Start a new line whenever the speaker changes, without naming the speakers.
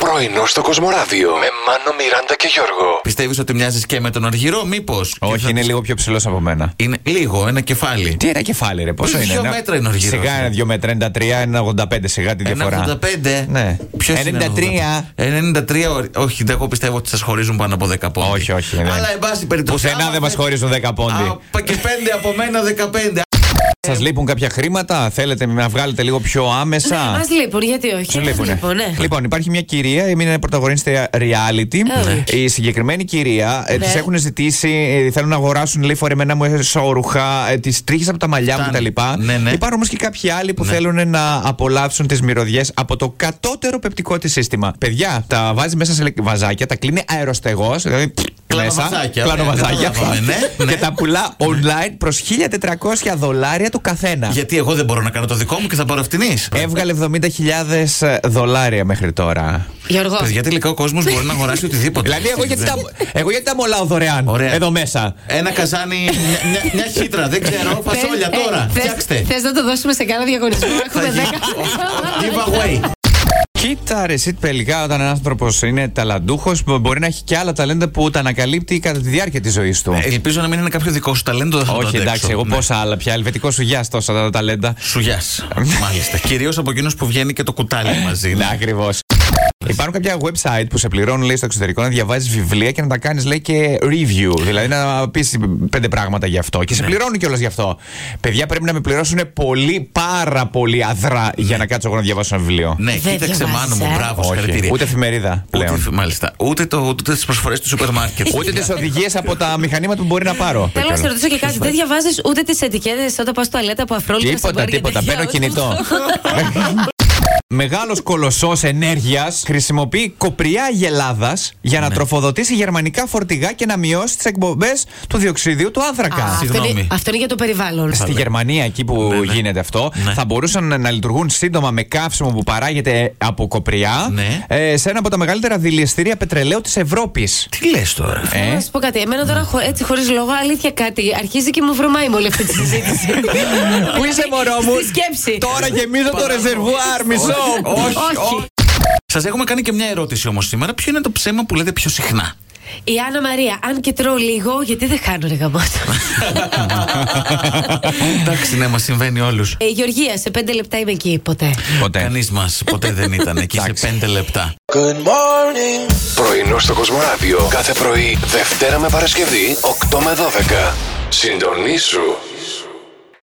Πρωινό στο Κοσμοράδιο με Μάνο, Μιράντα και Γιώργο.
Πιστεύεις ότι μοιάζεις και με τον Αργυρό, μήπω.
Όχι, είναι λίγο πιο ψηλός από μένα.
Είναι λίγο, ένα κεφάλι.
Τι ένα κεφάλι, ρε, πόσο
Δύο
είναι. ένα-
μέτρα είναι ο Αργυρός.
Σιγά είναι 2 μέτρα, 93, είναι 85, σιγά τη διαφορά.
1,85.
Ναι.
Ποιος είναι
93.
93. ω- Όχι, εγώ πιστεύω ότι σας χωρίζουν πάνω από 10 πόντια.
Όχι, όχι, δεν.
Αλλά εν πάση περιπτώσει.
Πουθενά
άμα
δεν μας
θες-
χωρίζουν 10 πόντι.
Α, ε, Και 5 από μένα 15.
Σας λείπουν κάποια χρήματα, θέλετε να βγάλετε λίγο πιο
Ναι,
άμεσα.
Μας λείπουν, γιατί όχι.
Σου
Μας
λείπουνε.
ναι.
Λοιπόν, υπάρχει μια κυρία, η μία είναι πρωταγωνίστρια reality.
Ε,
Η συγκεκριμένη κυρία ε,
Ναι.
της έχουν ζητήσει, ε, θέλουν να αγοράσουν λέει φορεμένα μου εσόρουχα, ε, τις τρίχες από τα μαλλιά μου
Φτάνει.
κτλ.
Ναι, ναι.
Υπάρχουν όμως και κάποιοι άλλοι που θέλουν να απολαύσουν τις μυρωδιές από το κατώτερο πεπτικό της σύστημα. Παιδιά, τα βάζει μέσα σε βαζάκια, τα κλείνει αεροστεγός, δηλαδή πφ, μέσα.
Κλανοβαζάκια,
κλανοβαζάκια,
ναι, καταλάβαμε, ναι, ναι.
Και τα πουλά online προς 1400 δολάρια το καθένα.
Γιατί εγώ δεν μπορώ να κάνω το δικό μου και θα πάρω αυτήν.
Έβγαλε 70.000 δολάρια μέχρι τώρα.
Γιώργο.
Παιδιά, τελικά ο κόσμος μπορεί να αγοράσει οτιδήποτε.
Δηλαδή, εγώ γιατί, τα, εγώ γιατί τα μολάω δωρεάν
Ωραία.
εδώ μέσα.
Ένα καζάνι, μια, μια, μια χύτρα, δεν ξέρω, φασόλια
Ε,
τώρα. Φτιάξτε.
Θες να το δώσουμε σε κανένα διαγωνισμό.
Θα
Έχουμε
γίνει.
10.
Giveaway.
Κοίτα, ρε, εσύ τελικά όταν ένας άνθρωπος είναι ταλαντούχος, μπορεί να έχει και άλλα ταλέντα που τα ανακαλύπτει κατά τη διάρκεια της ζωής του.
Ε, Ελπίζω να μην είναι κάποιο δικό σου ταλέντο, δεν θα το
Λοιπόν. Όχι,
αντέξω.
εντάξει, εγώ
Ναι.
πόσα άλλα πια. Ελβετικό σου γιας τόσα τα ταλέντα.
Σουγιά. Μάλιστα. Κυρίως από εκείνους που βγαίνει και το κουτάλι μαζί.
Ναι, ακριβώς. Υπάρχουν κάποια website που σε πληρώνουν λέει, στο εξωτερικό να διαβάζεις βιβλία και να τα κάνεις λέει και review. Δηλαδή να πεις πέντε πράγματα γι' αυτό. Και σε πληρώνουν κιόλας γι' αυτό. Παιδιά πρέπει να με πληρώσουν πολύ, πάρα πολύ αδρά για να κάτσω εγώ να διαβάσω ένα βιβλίο.
Ναι,
Δεν
κοίταξε
διαβάζεις,
μάνο μου,
ε.
μπράβο,
Όχι,
συγχαρητήρια.
ούτε εφημερίδα πλέον.
Ούτε- μάλιστα. Ούτε, το, ούτε τις προσφορές του σούπερ μάρκετ.
Ούτε τις οδηγίες από τα μηχανήματα που μπορεί να πάρω.
Θέλω να σε ρωτήσω και κάτι. Δεν διαβάζεις ούτε τις ετικέτες όταν πας στο αλέτα από αφρόλου.
Τίποτα, τίποτα. Παίρνω κινητό. Μεγάλος κολοσσός ενέργειας χρησιμοποιεί κοπριά γελάδας για
Ναι.
να τροφοδοτήσει γερμανικά φορτηγά και να μειώσει τις εκπομπές του διοξιδίου του άνθρακα.
Αυτό
Συγγνώμη.
είναι, αυτό είναι για το περιβάλλον.
Στη Γερμανία, εκεί που γίνεται αυτό,
Ναι.
θα μπορούσαν να λειτουργούν σύντομα με καύσιμο που παράγεται από κοπριά
Ναι.
ε, σε ένα από τα μεγαλύτερα δηληστήρια πετρελαίου της Ευρώπης.
Τι λες τώρα.
Ε.
Να σου πω κάτι. Εμένα τώρα χω- έτσι χωρίς λόγο, αλήθεια κάτι. Αρχίζει και μου βρωμάει με όλη αυτή τη συζήτηση.
Πού είσαι, μωρό μου?
Στη σκέψη.
Τώρα γεμίζω το ρεζερβουάρ, μισό!
Όχι.
Σας έχουμε κάνει και μια ερώτηση όμως σήμερα. Ποιο είναι το ψέμα που λέτε πιο συχνά.
Η Άννα Μαρία, αν και τρώω λίγο, γιατί δεν χάνω ρε γαμότο.
Εντάξει, ναι, μας συμβαίνει όλους.
Ε, Γεωργία, σε πέντε λεπτά είμαι εκεί ποτέ.
Ποτέ.
Κανείς μας ποτέ δεν ήταν εκεί σε
Εντάξει.
πέντε λεπτά.
Πρωινό στο Κοσμοράδιο κάθε πρωί, Δευτέρα με Παρασκευή, 8 με 12. Συντονίσου